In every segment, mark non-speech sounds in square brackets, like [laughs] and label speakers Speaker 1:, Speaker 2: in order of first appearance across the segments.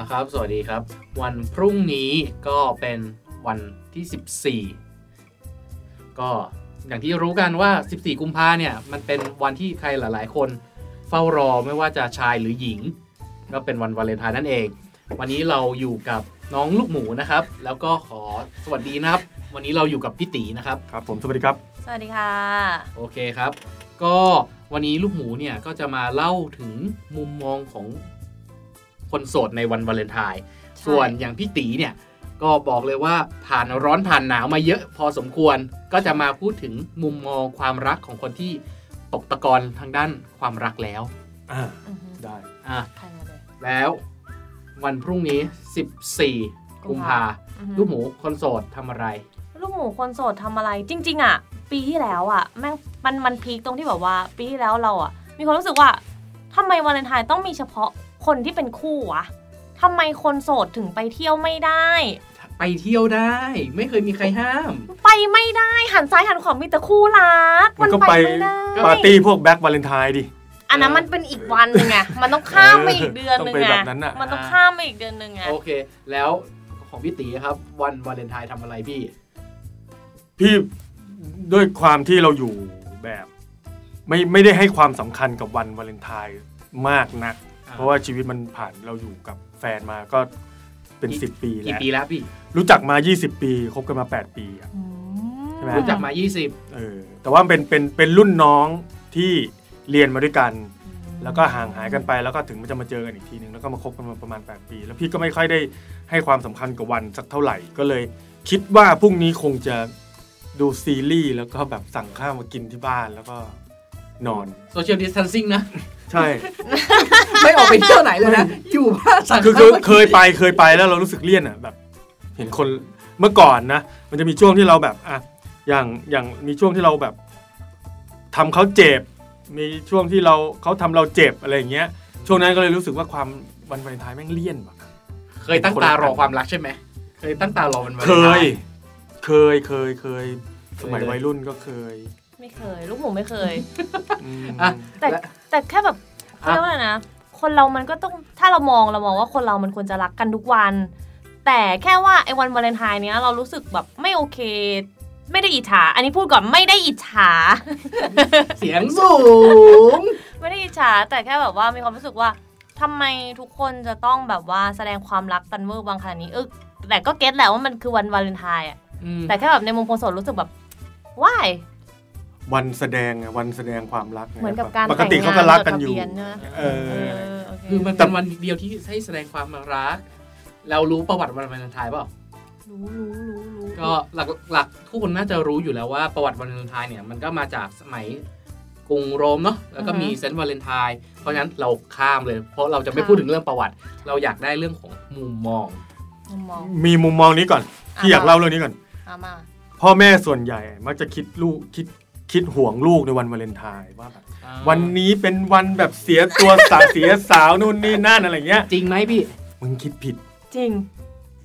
Speaker 1: าครับ สวัสดีครับ วันพรุ่งนี้ก็เป็นวันที่ 14 ก็อย่างที่รู้กันว่า 14 กุมภาเนี่ย มันเป็นวันที่ใครหลาย ๆ คนเฝ้ารอไม่ว่าจะชายหรือหญิง ก็เป็นวันวาเลนไทน์นั่นเอง วันนี้เราอยู่กับน้องลูกหมูนะครับ แล้วก็ขอสวัสดีนะครับ วันนี้เราอยู่กับพี่ตีนะครับ
Speaker 2: ครับผมสวัสดีครับ
Speaker 3: สวัสดีค่ะ
Speaker 1: โอเคครับ ก็วันนี้ลูกหมูเนี่ยก็จะมาเล่าถึงมุมมองของคนโสดในวันวาเลนไทน์
Speaker 3: ใช่
Speaker 1: ส่วนอย่างพี่ตีเนี่ยก็บอกเลยว่าผ่านร้อนผ่านหนาวมาเยอะพอสมควร ก็จะมาพูดถึงมุมมองความรักของคนที่ตกตะกอนทางด้านความรักแล้ว
Speaker 2: อ่า
Speaker 3: อือหือ
Speaker 2: ได้
Speaker 1: อ่ะ
Speaker 3: ใครมาเลย
Speaker 1: แล้ววันพรุ่งนี้ 14 กุมภา
Speaker 3: อือหือ
Speaker 1: ลูกหมูคนโสดทำอะไร
Speaker 3: ลูกหมูคนโสดทำอะไร จริง ๆ อ่ะ ปีที่แล้วอ่ะแม่งมันมันพีคตรงที่แบบว่า ปีที่แล้วเราอ่ะ มีความรู้สึกว่าทำไมวาเลนไทน์ต้องมีเฉพาะคนที่เป็นคู่วะทำไมคนโสดถึงไปเที่ยวไม่ได้
Speaker 1: ไปเที่ยวได้ ไม่เคยมีใครห้าม
Speaker 3: ไปไม่ได้หันซ้ายหันขวามีแต่คู่รัก
Speaker 2: มันก็ไป
Speaker 3: ม่ด้
Speaker 2: ปาร์ตี้พวกแบ็ควาเลนไทน์ดิ
Speaker 3: อันนั้นมันเป็นอีกวันหนึงไงมันต้องข้ามไปอีกเดือนหนึ
Speaker 2: ต้อง
Speaker 3: งไง
Speaker 2: ไปแบบนั้นน่ะ
Speaker 3: มันต้องข้ามไปอีกเดือนหนึงไง
Speaker 1: โอเค แล้วของพี่ตีครับ วันวาเลนไทน์ทำอะไรพี่
Speaker 2: พี่ด้วยความที่เราอยู่แบบไม่ไม่ได้ให้ความสำคัญกับวันวาเลนไทน์มากนัก
Speaker 1: อ่า
Speaker 2: เพราะว่าชีวิตมันผ่านเราอยู่กับแฟนมาก็เป็น 10 ปี
Speaker 1: กี่
Speaker 2: แล้ว
Speaker 1: ปีแล้วพี่
Speaker 2: รู้จักมา 20 ปีคบกันมา 8 ปีอะ
Speaker 3: อืม
Speaker 2: ใช่ไหม
Speaker 1: รู้จักมา
Speaker 2: เออแต่ว่าเป็นเป็นเป็นรุ่นน้องที่เรียนมาด้วยกัน แล้วก็ห่างหายกันไปแล้วก็ถึงมันจะมาเจอกันอีกทีนึงแล้วก็มาคบกันมาประมาณ 8 ปี แล้วพี่ก็ไม่ค่อยได้ให้ความสำคัญกับวันสักเท่าไหร่ก็เลย คิดว่าพรุ่งนี้คงจะดูซีรีส์แล้วก็แบบสั่งข้าวมากินที่บ้านแล้วก็นอน
Speaker 1: 20 Social Distancing นะ
Speaker 2: ใช่
Speaker 1: ไม่ออกไปเที่ยวไหนเลยนะ อยู่บ้านสั่ง
Speaker 2: คือคือเคย
Speaker 1: ข้าว
Speaker 2: ไปเคยไปแล้วเรารู้สึกเลี่ยนอ่ะแบบ เห็นคนเมื่อก่อนนะ มันจะมีช่วงที่เราแบบอ่ะอย่างอย่างมีช่วงที่เราแบบทำเขาเจ็บ มีช่วงที่เราเขาทำเราเจ็บอะไรอย่างเงี้ย ช่วงนั้นก็เลยรู้สึกว่าความวันวาเลนไทน์แม่งเลี่ยนว่ะ
Speaker 1: เคยตั้งตารอความรักใช่ไหม เคยตั้งตารอมันวาล
Speaker 2: เคน
Speaker 1: ไท
Speaker 2: ย
Speaker 1: น์
Speaker 2: เคย เคย เคย สมัย
Speaker 1: เคยเลย
Speaker 2: วัยรุ่นก็เคย
Speaker 3: ไม่เคย ลูกหมูไม่เคย
Speaker 2: อืม
Speaker 1: อ่ะ
Speaker 3: แต่
Speaker 1: และ
Speaker 3: แต่แค่แบบ
Speaker 1: อ่ะ
Speaker 3: เขาเรียกว่าอะไรนะ คนเรามันก็ต้องถ้าเรามองเรามองว่าคนเรามันควรจะรักกันทุกวัน แต่แค่ว่าไอ้วันวาเลนไทน์เนี้ยเรารู้สึกแบบไม่โอเค ไม่ได้อิจฉา อันนี้พูดก่อนไม่ได้อิจฉา [laughs]
Speaker 1: เสียงสูง
Speaker 3: ไม่ได้อิจฉาแต่แค่แบบว่ามีความรู้สึกว่าทำไมทุกคนจะต้องแบบว่าแสดงความรักกันเวอร์บางขนาดนี้เออแต่ก็เก็ตแหละว่ามันคือวันวาเลนไทน์อะแต่แค่แบบในมุมคนโสดรู้สึกแบบ why
Speaker 2: วันแสดงไงวันแสดงความรักไง
Speaker 3: เหมือนกับการ
Speaker 2: ปกติ
Speaker 3: แต่งงาน
Speaker 2: เขาก็รักกันอยู่
Speaker 3: จดทะเบียนใช่ไหม
Speaker 2: เอ
Speaker 3: เอ
Speaker 2: อ
Speaker 3: อโอเค
Speaker 1: คือมันเป็นวันเดียวที่ให้แสดงความรัก เรารู้ประวัติวันวาเลนไทน์เปล่า
Speaker 3: รู้รู้รู้รู้
Speaker 1: ก็หลักหลักทุกคนน่าจะรู้อยู่แล้วว่าประวัติวาเลนไทน์เนี่ยมันก็มาจากสมัยกรุงโรมเนาะแล้วก็มีเซนต์วาเลนไทน์เพราะฉะนั้นเราข้ามเลย เพราะเราจะไม่พูดถึงเรื่องประวัติ เราอยากได้เรื่องของมุมมอง
Speaker 3: มุมมอง
Speaker 2: มีมุมมองนี้ก่อนที่
Speaker 3: อ่ะ
Speaker 2: อยากเล่าเรื่องนี้ก่อน
Speaker 3: อามา
Speaker 2: พ่อแม่ส่วนใหญ่มักจะคิดลูกคิดคิดห่วงลูกในวันวาเลนไทน์ว่าแบบวันนี้เป็นวันแบบเสียตัว [laughs] สา เสียสาวนู่นนี่นั่นอะไรเงี้ย
Speaker 1: จริงไหมพี่
Speaker 2: มึงคิดผิด
Speaker 3: จริง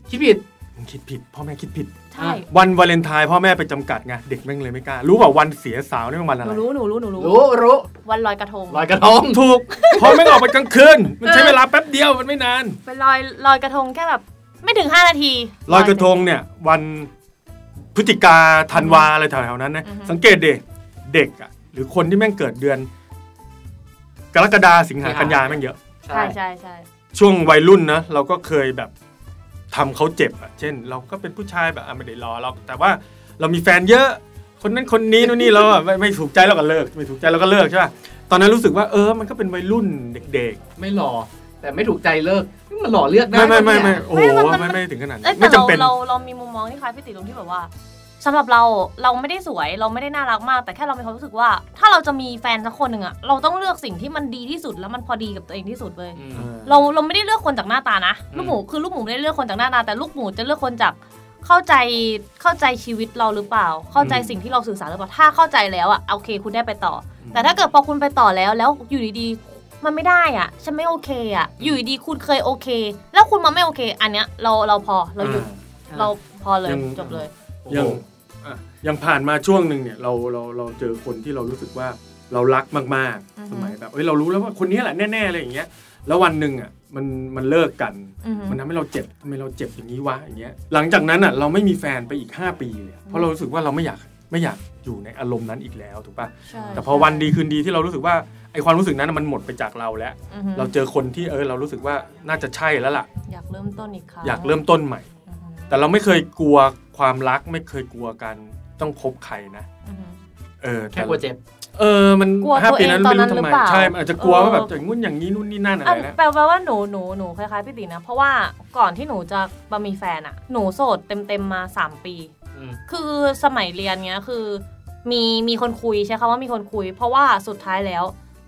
Speaker 1: คิดผิด
Speaker 2: มึงคิดผิด พ่อแม่คิดผิด
Speaker 3: ใช่
Speaker 1: อ่ะ
Speaker 2: วันวาเลนไทน์พ่อแม่ไปจำกัดไงเด็กแม่งเลยไม่กล้ารู้เปล่าวันเสียสาวนี่มันวัน
Speaker 3: ห
Speaker 2: อะ
Speaker 3: นู
Speaker 2: ไร
Speaker 3: รู้หนูรู้หนูรู้
Speaker 1: รู้รู้
Speaker 3: วันลอยกระทง
Speaker 1: ลอยกระทง
Speaker 2: ถูก พอไม่งออกไปกลางคืน มันใช้เวลาแป๊บเดียวมันไม่นาน
Speaker 3: เป็นลอยลอยกระทงแค่แบบ ไม่ถึง 5 นาที
Speaker 2: ลอยกระทงเนี่ย วันพฤศจิกาธันวาอะไรแถวๆนั้นนะ
Speaker 3: อือฮึ
Speaker 2: สังเกตเด็กเด็กอ่ะหรือคนที่แม่งเกิดเดือน กรกฎาสิงหากันยาแม่งเยอะ
Speaker 3: ใช่ใช่ใช่
Speaker 2: ช่วงวัยรุ่นนะเราก็เคยแบบทำเขาเจ็บอ่ะเช่น เราก็เป็นผู้ชายแบบอ่ะไม่ได้รอหรอกแต่ว่าเรามีแฟนเยอะ คนนั้นคนนี้นู่นนี่เราอ่ะไม่ไม่ถูกใจเราก็เลิก ไม่ถูกใจเราก็เลิกใช่ป่ะตอนนั้นรู้สึกว่าเออมันก็เป็นวัยรุ่นเด็ก
Speaker 1: ไม่หล่อแต่ไม่ถูกใจเลิกนี่มันหล่อเลือก
Speaker 2: ๆ
Speaker 1: ได้
Speaker 2: ไม่ไม่
Speaker 1: ปะ
Speaker 2: ไม่
Speaker 1: เนี่ย
Speaker 2: ไม่โอ้โหไม่ไม่ถึงขนาด
Speaker 3: เอ้ย
Speaker 2: นั้นไม่
Speaker 3: แต่
Speaker 2: จำ
Speaker 3: เรา
Speaker 2: เป็น
Speaker 3: เราเรามีมุมมองที่คล้ายพี่ติตรงที่แบบว่าสำหรับเราเราไม่ได้สวยเราไม่ได้น่ารักมาก แต่แค่เรามีความรู้สึกว่า ถ้าเราจะมีแฟนสักคนหนึ่งอะเราต้องเลือกสิ่งที่มันดีที่สุดแล้วมันพอดีกับตัวเองที่สุดเลย
Speaker 1: อืม
Speaker 3: เราเราไม่ได้เลือกคนจากหน้าตานะ
Speaker 1: อืม
Speaker 3: ลูกหมูคือลูกหมูไม่ได้เลือกคนจากหน้าตา แต่ลูกหมูจะเลือกคนจากเข้าใจเข้าใจชีวิตเราหรือเปล่า เข้าใจ
Speaker 2: อืม
Speaker 3: สิ่งที่เราสื่อสารหรือเปล่าถ้าเข้าใจแล้วอ่ะโอเค คุณได้ไปต่ออแต่ถ้าเกิดพอคุณไปต่อแล้วแล้วอยู่ดีๆ มันไม่ได้อ่ะฉันไม่โอเคอ่ะ อยู่ดีๆคุณเคยโอเค แล้วคุณมาไม่โอเค อันเนี้ยเราเราพอเราหยุดเราพอเลย
Speaker 2: ยัง
Speaker 3: จบเลย
Speaker 1: โอ้
Speaker 2: ยัง
Speaker 1: โห
Speaker 2: อ่ะยังผ่านมาช่วงหนึ่งเนี่ยเราเราเราเจอคนที่เรารู้สึกว่าเรารักมาก
Speaker 3: อือ
Speaker 2: ๆ
Speaker 3: ฮึ
Speaker 2: สมัยแบบเอ้ยเรารู้แล้วว่าคนนี้แหละแน่ๆอะไรอย่างเงี้ยแล้ววันหนึ่งอ่ะ มันมันเลิกกัน
Speaker 3: อือฮึ
Speaker 2: มันทำให้เราเจ็บทำไมเราเจ็บอย่างนี้วะอย่างเงี้ยหลังจากนั้นอ่ะเราไม่มีแฟนไปอีก 5 ปีเลยอะเพราะเรารู้สึกว่าเราไม่อยากไม่อยากอยู่ในอารมณ์นั้นอีกแล้วถูกปะ
Speaker 3: ใช่
Speaker 2: แต่พอวันดีคืนดีที่เรารู้สึกว่าไอความรู้สึกนั้นอะมันหมดไปจากเราแล้ว
Speaker 3: อือฮึ
Speaker 2: เราเจอคนที่เออเรารู้สึกว่าน่าจะใช่แล้วล่ะ
Speaker 3: อยากเริ่มต้นอีกครั้ง
Speaker 2: อยากเริ่มต้นใหม่
Speaker 3: อือฮึ
Speaker 2: แต่เราไม่เคยกลัวความรักไม่เคยกลัวการต้องคบใครนะ
Speaker 3: อือฮึ
Speaker 2: เออ
Speaker 1: แค่
Speaker 2: ต่
Speaker 1: กลัวเจ็บ
Speaker 2: เออ มัน
Speaker 3: กลัว
Speaker 2: ห้า
Speaker 3: ตัว
Speaker 2: ปี
Speaker 3: เอง
Speaker 2: นั้น
Speaker 3: ตอน
Speaker 2: ไม่
Speaker 3: นั้
Speaker 2: รู้ทำ
Speaker 3: นหรื
Speaker 2: ไม
Speaker 3: อเปล่า
Speaker 2: ใช่มันอาจจะกลัวว่าแบบ
Speaker 3: เออ
Speaker 2: อย่างงุ่นอย่างนี้นู่นนี่นั่นอะไร
Speaker 3: อ่ะ
Speaker 2: นะ
Speaker 3: แปลแปลว่าหนูหนูหนูคล้ายๆพี่ตีนะ เพราะว่าก่อนที่หนูจะมามีแฟนอะหนูโสดเต็มเต็มๆมา 3 ปี
Speaker 1: อืม
Speaker 3: คือสมัยเรียนเนี้ยคือ มีมีคนคุยใช้คำว่ามีคนคุย เพราะว่าสุดท้ายแล้ว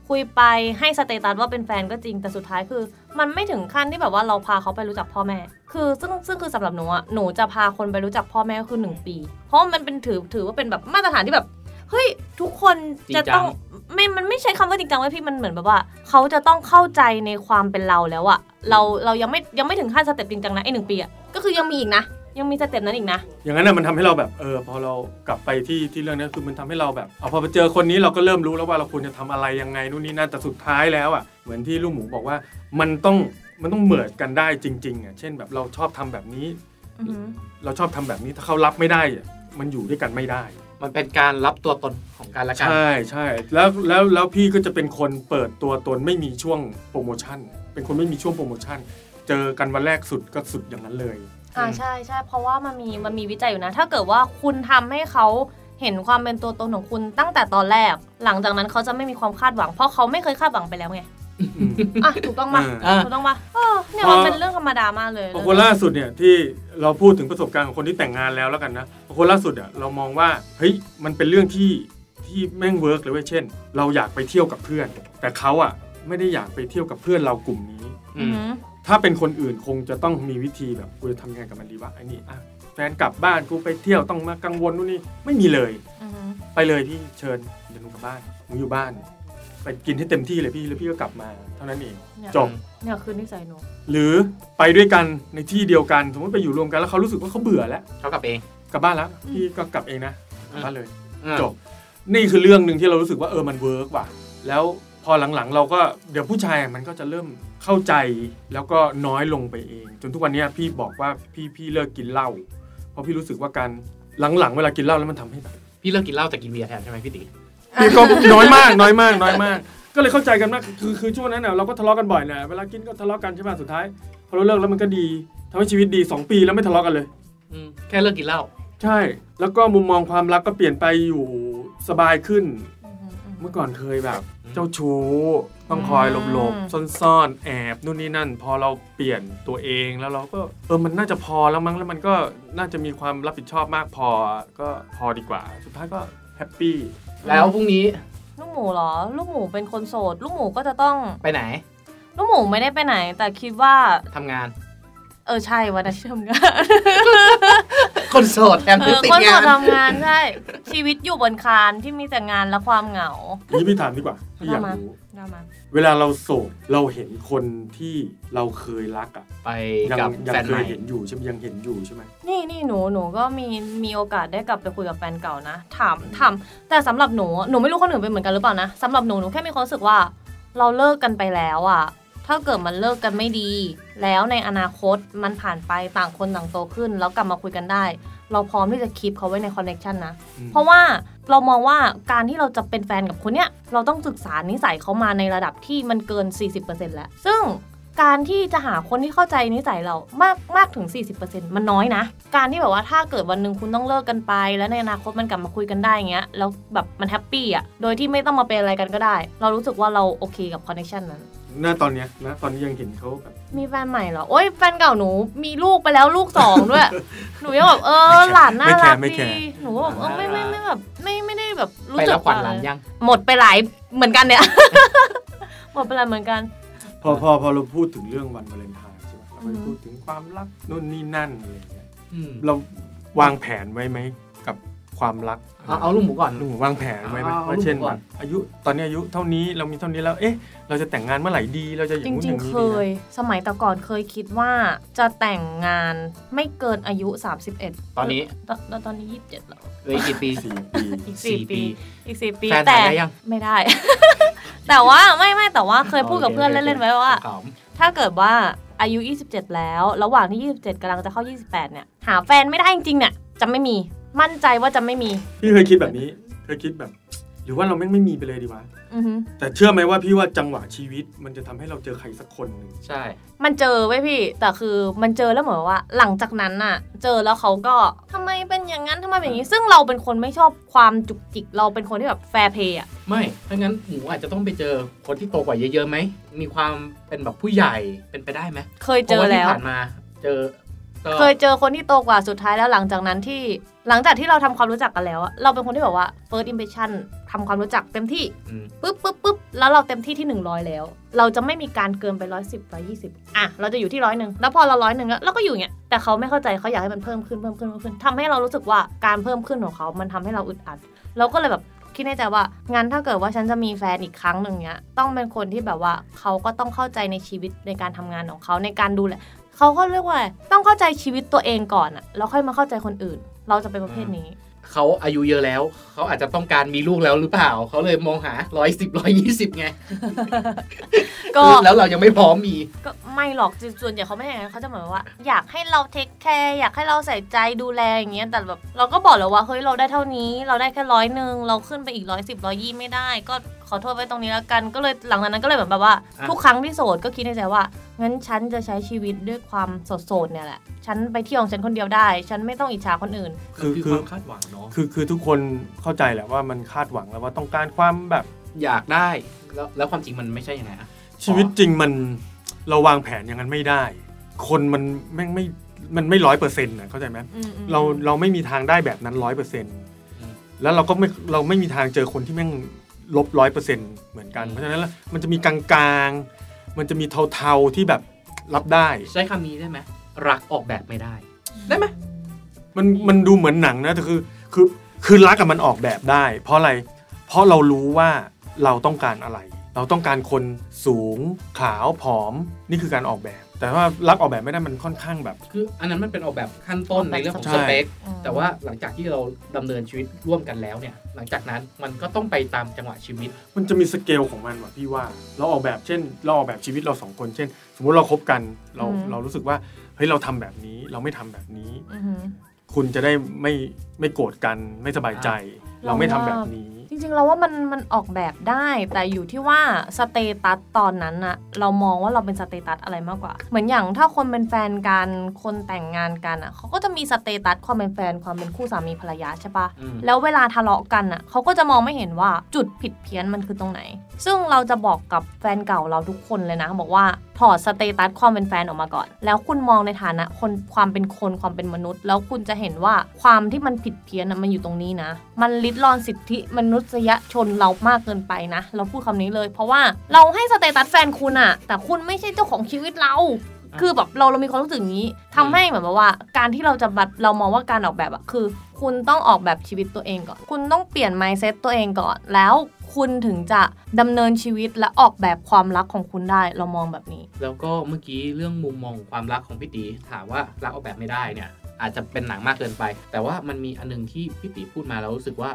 Speaker 3: คุยไปให้สเตตัสว่าเป็นแฟนก็จริงแต่สุดท้ายคือ มันไม่ถึงขั้นที่แบบว่าเราพาเขาไปรู้จักพ่อแม่ คือซึ่งซึ่งคือสำหรับหนูอะหนูจะพาคนไปรู้จักพ่อแม่ก็คือหนึ่งปี เพราะมันเป็นถือถือว่าเป็นแบบมาตรฐานที่แบบเฮ้ยทุกคนจะต้องไม่มันไม่ใช้คำว่าจริงจังไว้ยพี่มันเหมือนแบบว่า เขาจะต้องเข้าใจในความเป็นเราแล้วอะเราเรายังไม่ยังไม่ถึงขั้นสเต็ปจริงจังนะไอหนึ่งปีอะก็คือยังมีอีกนะ ยังมีสเต็ปนั้นอีกนะ
Speaker 2: อย่างนั้นน่ะมันทำให้เราแบบเออพอเรากลับไปที่ที่เรื่องนั้นคือมันทำให้เราแบบเอาพอไปเจอคนนี้เราก็เริ่มรู้แล้วว่าเราควรจะทำอะไรยังไงนู่นนี่นั่นแต่สุดท้ายแล้วอ่ะเหมือนที่ลูกหมูบอกว่ามันต้องมันต้องเหมือนกันได้จริงๆอ่ะเช่นแบบเราชอบทำแบบนี้
Speaker 3: อือหือ
Speaker 2: เราชอบทำแบบนี้ถ้าเขารับไม่ได้อ่ะมันอยู่ด้วยกันไม่ได้
Speaker 1: มันเป็นการรับตัวตนของกันและกัน
Speaker 2: ใช่ใช่แล้วแล้วแล้วพี่ก็จะเป็นคนเปิดตัวตนไม่มีช่วงโปรโมชั่น เป็นคนไม่มีช่วงโปรโมชั่น เจอกันวันแรกสุดก็สุดอย่างนั้นเลย
Speaker 3: อ่าใช่ใช่เพราะว่ามันมีมันมีวิจัยอยู่นะ ถ้าเกิดว่าคุณทำให้เขาเห็นความเป็นตัวตนของคุณตั้งแต่ตอนแรก หลังจากนั้นเขาจะไม่มีความคาดหวัง เพราะเขาไม่เคยคาดหวังไปแล้วไง
Speaker 2: อืม
Speaker 3: อ่ะถูกต้องมา
Speaker 1: อ่ะ
Speaker 3: ถูกต้องมาเออเนี่ยมันเป็นเรื่องธรรมดามากเลย
Speaker 2: บางคนล่าสุดเนี่ยที่เราพูดถึงประสบการณ์ของคนที่แต่งงานแล้วแล้วกันนะบางคนล่าสุดอ่ะเรามองว่าเฮ้ยมันเป็นเรื่องที่ที่แม่งเวิร์กเลยเว้ยเช่น เราอยากไปเที่ยวกับเพื่อน แต่เขาอ่ะไม่ได้อยากไปเที่ยวกับเพื่อนเรากลุ่มนี้
Speaker 1: อื
Speaker 3: อื
Speaker 1: ม
Speaker 3: อหือ
Speaker 2: ถ้าเป็นคนอื่นคงจะต้องมีวิธีแบบกูจะทำยังไงกับมันดีวะไอ้นี่อ่ะแฟนกลับบ้านกูไปเที่ยวต้องมากังวลนู่นนี่ไม่มีเลย
Speaker 3: อือหือ
Speaker 2: ไปเลยพี่เชิญเดี๋ยวหนูกลับบ้านหนูอยู่บ้าน ไปกินให้เต็มที่เลยพี่แล้วพี่ก็กลับมา เท่านั้นเอง
Speaker 3: เนี่ย
Speaker 2: จบ
Speaker 3: เนี่ยคือนิสัยหนู
Speaker 2: หรือไปด้วยกันในที่เดียวกัน สมมติไปอยู่รวมกันแล้วเขารู้สึกว่าเขาเบื่อแล้ว
Speaker 1: เขากลับเอง
Speaker 2: กลับบ้านแล้วพี่ก็กลับเองนะกลับบ้านเลย
Speaker 1: อืม
Speaker 2: จบ นี่คือเรื่องหนึ่งที่เรารู้สึกว่าเออมันเวิร์กว่ะแล้วพอหลังๆ เราก็เดี๋ยวผู้ชายมันก็จะเริ่มเข้าใจแล้วก็น้อยลงไปเอง จนทุกวันเนี้ยพี่บอกว่าพี่พี่เลิกกินเหล้าเพราะพี่รู้สึกว่าการหลังๆ เวลากินเหล้าแล้วมันทำให้แบบ
Speaker 1: พี่เลิกกินเหล้าแต่กินเบียร์แทนใช่ไหมพี่ตี
Speaker 2: พี่ก็น้อยมากน้อย
Speaker 3: [laughs]
Speaker 2: มากน้อยมาก ก็เลยเข้าใจกันมากคือคือช่วงนั้นน่ะเราก็ทะเลาะกันบ่อยนะเวลากินก็ทะเลาะกันใช่ป่ะสุดท้ายพอเราเลิกแล้วมันก็ดีทำให้ชีวิตดี 2 ปีแล้วไม่ทะเลาะกันเลย
Speaker 1: อืมแค่เลิกกินเหล้า
Speaker 2: ใช่ แล้วก็มุมมองความรักก็เปลี่ยนไปอยู่สบายขึ้น
Speaker 3: อือหืออือหือ
Speaker 2: เมื่อก่อนเคยแบบ เจ้าชู้ต้องคอยหลบ
Speaker 3: อืม
Speaker 2: ๆซ่อนๆแอบนู่นนี่นั่น พอเราเปลี่ยนตัวเองแล้วเราก็เออมันน่าจะพอแล้วมั้งแล้วมันก็น่าจะมีความรับผิดชอบมากพอก็พอดีกว่า สุดท้ายก็แฮป
Speaker 3: [coughs]
Speaker 2: ปี้
Speaker 1: แล้วพรุ่งนี้
Speaker 3: ลูกหมูเหรอ ลูกหมูเป็นคนโสด ลูกหมูก็จะต้อง
Speaker 1: ไปไหน
Speaker 3: ลูกหมูไม่ได้ไปไหน แต่คิดว่า
Speaker 1: ทำงาน
Speaker 3: เออใช่วันอาทิตย์ทำงาน
Speaker 1: คนโสดแทน
Speaker 3: เอ
Speaker 1: คือ
Speaker 3: อ
Speaker 1: ติด
Speaker 3: คนโส
Speaker 1: งา
Speaker 3: ด
Speaker 1: น
Speaker 3: ทำงานใช่ ชีวิตอยู่บนคานที่มีแต่งานและความเหงา
Speaker 2: นี่พี่ถามดีกว่าพี่อยาก
Speaker 3: ทำไม
Speaker 2: รู้
Speaker 3: ได้มา
Speaker 2: เวลาเราโสดเราเห็นคนที่เราเคยรักอ่ะ
Speaker 1: ไป
Speaker 2: ยั
Speaker 1: กับ
Speaker 2: ยั
Speaker 1: แฟน
Speaker 2: เค
Speaker 1: ใหม่
Speaker 2: ยเห็นอยู่ใช่ไหมยังเห็นอยู่ใช่ไหม
Speaker 3: นี่นี่หนูหนูก็มีมีโอกาสได้กลับไปคุยกับแฟนเก่านะถามถามแต่สำหรับหนูหนูไม่รู้คนอื่นเป็นเหมือนกันหรือเปล่านะสำหรับหนูหนูแค่มีความรู้สึกว่า เราเลิกกันไปแล้วอะ่ะ ถ้าเกิดมันเลิกกันไม่ดี แล้วในอนาคตมันผ่านไปต่างคนต่างโตขึ้น แล้วกลับมาคุยกันได้ เราพร้อมที่จะคีปเขาไว้ในคอนเนคชันนะ เพราะว่าเรามองว่าการที่เราจะเป็นแฟนกับคนเนี้ยเราต้องศึกษานิสัยเขามาในระดับที่มันเกิน 40%แล้ว ซึ่งการที่จะหาคนที่เข้าใจนิสัยเรามากมากถึง 40%มันน้อยนะ การที่แบบว่าถ้าเกิดวันหนึ่งคุณต้องเลิกกันไป แล้วในอนาคตมันกลับมาคุยกันได้อย่างเงี้ยแล้วแบบมันแฮปปี้อ่ะโดยที่ไม่ต้องมาเป็นอะไรกันก็ได้ เรารู้สึกว่าเราโอเคกับคอนเนคชันนั้น
Speaker 2: หน้าตอนเนี้ยนะตอนนี้ยังเห็นเขาแบบ
Speaker 3: มีแฟนใหม่เหรอ โอ้ยแฟนเก่าหนูมีลูกไปแล้วลูกสอง [laughs] ด้วย หนูยังแบบเออหลานน่ารักดีหนูก็แบบเออไม่ไม่ไม่แบบไม่ไม่ได้แบบรู้
Speaker 1: ไป
Speaker 3: สึ
Speaker 1: แล้
Speaker 3: ก
Speaker 1: วขวัญหลาน
Speaker 3: อะไร
Speaker 1: ยัง
Speaker 3: หมดไปหลายเหมือนกันเนี่ย [laughs] หมดไปหลายเหมือนกัน
Speaker 2: พอพอพอเราพูดถึงเรื่องวันวาเลนไทน์ใช่ไหมเราไป
Speaker 3: อือฮึ
Speaker 2: พูดถึงความรักนู่นนี่นั่นอะไรอย่างเงี้ย
Speaker 1: อืม
Speaker 2: เราวางแผนไว้ไหมกับความรัก
Speaker 1: เอาเอาลูกหมูก่อน
Speaker 2: ลุงหมูวางแผนไว้ไหม
Speaker 1: เอาเอา
Speaker 2: ว่าเช่น
Speaker 1: ลูกหมูก่อน
Speaker 2: แบบอายุตอนนี้อายุเท่านี้เรามีเท่านี้แล้วเอ๊ะ เราจะแต่งงานเมื่อไหร่ดีเราจะอย่า
Speaker 3: จ
Speaker 2: งนู้น
Speaker 3: ริ
Speaker 2: อง ย่าง
Speaker 3: ๆ
Speaker 2: นี้
Speaker 3: เค
Speaker 2: ดีนะ
Speaker 3: ย สมัยแต่ก่อนเคยคิดว่าจะแต่งงานไม่เกินอายุ 31
Speaker 1: ตอนนี้
Speaker 3: ตอนตอนนี้ 27แล้ว
Speaker 1: เหลยกี่ปี
Speaker 2: สี่ปี
Speaker 3: อีก
Speaker 1: สี่
Speaker 3: สี่
Speaker 1: ปี
Speaker 3: ปี อีกสี่ปี
Speaker 1: แฟน
Speaker 3: แต่
Speaker 1: หายได้ยัง
Speaker 3: ไม่ได้ [laughs] แต่ว่าไม่ไม่แต่ว่าเคยพูดกับ
Speaker 1: โ
Speaker 3: เพื่อนเล่นๆไว้ว่า
Speaker 1: ขำ
Speaker 3: ถ้าเกิดว่าอายุ 27 แล้ว ระหว่างที่ 27กำลังจะเข้า 28 เนี่ย หาแฟนไม่ได้จริงๆ เนี่ย จะไม่มี มั่นใจว่าจะไม่มี
Speaker 2: พี่เคยคิดแบบนี้เคยคิดแบบ หรือว่าเราแม่งไม่มีไปเลยดีวะ
Speaker 3: อือฮึ
Speaker 2: แต่เชื่อไหมว่าพี่ว่าจังหวะชีวิต มันจะทำให้เราเจอใครสักคนหนึ่ง
Speaker 1: ใช่
Speaker 3: มันเจอไว้ยพี่ แต่คือมันเจอแล้วเหมือนว่า หลังจากนั้นน่ะ เจอแล้วเขาก็ทำไมเป็นอย่างนั้นทำไมเป็นอย่างนี้ ซึ่งเราเป็นคนไม่ชอบความจุกจิก เราเป็นคนที่แบบแฟร์เพย์อะ
Speaker 1: ไม่ถ้างั้นหมูอาจจะต้องไปเจอคนที่โตกว่าเยอะๆไหมมีความเป็นแบบผู้ใหญ่เป็นไปได้ไหม
Speaker 3: เคยเจอแล้ว
Speaker 1: พราะาที่ผ่านมาเจอก็
Speaker 3: เคยเจอคนที่โตกว่าสุดท้ายแล้วหลังจากนั้นที่ หลังจากที่เราทำความรู้จักกันแล้วอะเราเป็นคนที่แบบว่า first impression ทำความรู้จักเต็มที่
Speaker 1: อืม
Speaker 3: ปุ๊บปุ๊บปุ๊บแล้วเราเต็มที่ที่ 100 แล้ว เราจะไม่มีการเกินไปร้อยสิบร้อยี่สิบอ่ะ เราจะอยู่ที่ร้อยหนึ่งแล้วพอเราร้อยหนึ่งแล้วเราก็อยู่อย่างเงี้ยแต่เขาไม่เข้าใจเขาอยากให้มันเพิ่มขึ้นเพิ่มขึ้นเพิ่มขึ้นทำให้เรารู้สึกว่าการเพิ่มขึ้นของเขามันทำให้เราอึดอัด เราก็เลยแบบคิดในใจว่างั้นถ้าเกิดว่าฉันจะมีแฟนอีกครั้งหนึ่งเนี้ยต้องเป็นคนที่แบบว่าเขาก็ต้องเข้าใจในชีวิตในการทำงานของเขาในการดูแลเขาก็เรียกว่าอะไรต้องเข้าใจชีวิตตัวเองก่อนอะแล้วค่อยมาเข้าใจคนอื่น เราจะเป็นประเภทนี้
Speaker 1: เขาอายุเยอะแล้ว เขาอาจจะต้องการมีลูกแล้วหรือเปล่า เขาเลยมองหาร้อยสิบร้อยยี่สิบไง
Speaker 3: ก็
Speaker 1: แล้วเรายังไม่พร้อมมี
Speaker 3: ก็ไม่หรอกจริงๆส่วนใหญ่เขาไม่อย่างนั้นเขาจะเหมือนว่า อยากให้เราเทคแคร์อยากให้เราใส่ใจดูแลอย่างเงี้ยแต่แบบเราก็บอกแล้วว่าเฮ้ยเราได้เท่านี้ เราได้แค่ร้อยหนึ่งเราขึ้นไปอีกร้อยสิบร้อยี่ไม่ได้ ก็ขอโทษไว้ตรงนี้แล้วกัน ก็เลยหลังจากนั้นก็เลยเหมือนแบบว่า
Speaker 1: อ่ะ
Speaker 3: ทุกครั้งที่โสดก็คิดในใจว่างั้นฉันจะใช้ชีวิตด้วยความโสดๆเนี่ยแหละ ฉันไปเที่ยวของฉันคนเดียวได้ ฉันไม่ต้องอิจฉาคนอื่น
Speaker 2: คือ
Speaker 1: มันค
Speaker 2: คือ
Speaker 1: วามคาดหวังเนาะ
Speaker 2: คือคือทุกคนเข้าใจแหละว่ามันคาดหวังแล้วว่าต้องการความแบบ
Speaker 1: อยากได้แล้วแล้วความจริงมันไม่ใช่อย่างไงอะ
Speaker 2: ชีวิตจริงมันเราวางแผนอย่างนั้นไม่ได้ คนมันแม่งไม่มันไม่ร้อยเปอร์เซ็นต์นะเข้าใจไหม
Speaker 3: อืมๆ
Speaker 2: เราเราไม่มีทางได้แบบนั้นร้อยเปอร์เซ็นต์
Speaker 1: ม
Speaker 2: แล้วเราก็ไม่เราไม่มีทางเจอคนที่แม่งลบร้อยเปอร์เซ็นต์เหมือนกัน
Speaker 1: อืม
Speaker 2: เพราะฉะนั้นแล้วมันจะมีกลางๆ มันจะมีเทาๆที่แบบรับได้
Speaker 1: ใช้คำนี้ได้ไหมรักออกแบบไม่ได้ ได้ไหม
Speaker 2: มันมันดูเหมือนหนังนะแต่คือคือคือรักกับมันออกแบบได้ เพราะอะไร เพราะเรารู้ว่าเราต้องการอะไร เราต้องการคนสูง ขาวผอมนี่คือการออกแบบ แต่ว่ารักออกแบบไม่ได้มันค่อนข้างแบบ
Speaker 1: คืออันนั้นมันเป็นออกแบบขั้นต้นในเรื่องของ
Speaker 2: ใช่
Speaker 1: สเปค
Speaker 3: อืม
Speaker 1: แต่ว่าหลังจากที่เราดำเนินชีวิตร่วมกันแล้วเนี่ย หลังจากนั้นมันก็ต้องไปตามจังหวะชีวิต
Speaker 2: มันจะมีสเกลของมันว่ะพี่ว่า เราออกแบบเช่น เราออกแบบชีวิตเราสองคนเช่น สมมุติเราคบกันเราเรารู้สึกว่าเฮ้ยเราทำแบบนี้เราไม่ทำแบบนี้
Speaker 3: อือหือ
Speaker 2: คุณจะได้ไม่ไม่โกรธกันไม่สบายใจ
Speaker 3: เรา
Speaker 2: เราไม่ทำแบบนี้
Speaker 3: จริงๆเราว่ามันมันออกแบบได้แต่อยู่ที่ว่าสเตตัสตอนนั้นน่ะเรามองว่าเราเป็นสเตตัสอะไรมากกว่า เหมือนอย่างถ้าคนเป็นแฟนกันคนแต่งงานกันอ่ะเขาก็จะมีสเตตัสความเป็นแฟนความเป็นคู่สามีภรรยาใช่ปะ
Speaker 1: อืม
Speaker 3: แล้วเวลาทะเลาะกันอ่ะเขาก็จะมองไม่เห็นว่าจุดผิดเพี้ยนมันคือตรงไหน ซึ่งเราจะบอกกับแฟนเก่าเราทุกคนเลยนะ บอกว่าถอดสเตตัสความเป็นแฟนออกมาก่อน แล้วคุณมองในฐานะคนความเป็นคนความเป็นมนุษย์ แล้วคุณจะเห็นว่าความที่มันผิดเพี้ยนน่ะมันอยู่ตรงนี้นะ มันลิดรอนสิทธิมนุษยชนเรามากเกินไปนะ เราพูดคำนี้เลย เพราะว่าเราให้สเตตัสแฟนคุณอะแต่คุณไม่ใช่เจ้าของชีวิตเรา คือแบบเราเรามีความรู้สึกอย่างนี้ทำให้เหมือนแบบว่า การที่เราจะบัดเรามองว่าการออกแบบอะคือ คุณต้องออกแบบชีวิตตัวเองก่อน คุณต้องเปลี่ยน mindset ตัวเองก่อน แล้วคุณถึงจะดำเนินชีวิตและออกแบบความรักของคุณได้เรามองแบบนี้
Speaker 1: แล้วก็เมื่อกี้เรื่องมุมมองความรักของพี่ตีถามว่ารักออกแบบไม่ได้เนี่ย อาจจะเป็นหนังมากเกินไป แต่ว่ามันมีอันหนึงที่พี่ตีพูดมาแล้วรู้สึกว่า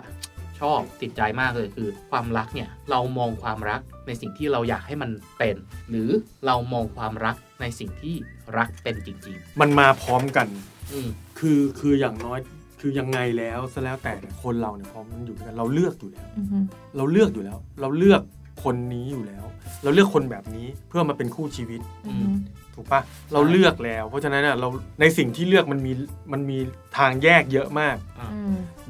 Speaker 1: ชอบติดใจมากเลยคือความรักเนี่ยเรามองความรักในสิ่งที่เราอยากให้มันเป็น หรือเรามองความรักในสิ่งที่รักเป็นจริง
Speaker 2: มันมาพร้อมกัน
Speaker 1: ๆ อืม
Speaker 2: คือคืออย่างน้อยคือยังไงแล้วซะแล้วแต่เนี่ยคนเราเนี่ยพอมันอยู่ด้วยกันเราเลือกอยู่แล้ว
Speaker 3: อือฮึ
Speaker 2: เราเลือกอยู่แล้ว เราเลือกคนนี้อยู่แล้ว เราเลือกคนแบบนี้เพื่อมาเป็นคู่ชีวิต
Speaker 3: อือฮึ
Speaker 2: ถูกปะเราเลือกแล้ว เพราะฉะนั้นเนี่ยเราในสิ่งที่เลือกมันมีมันมีทางแยกเยอะมาก
Speaker 1: อ่ะ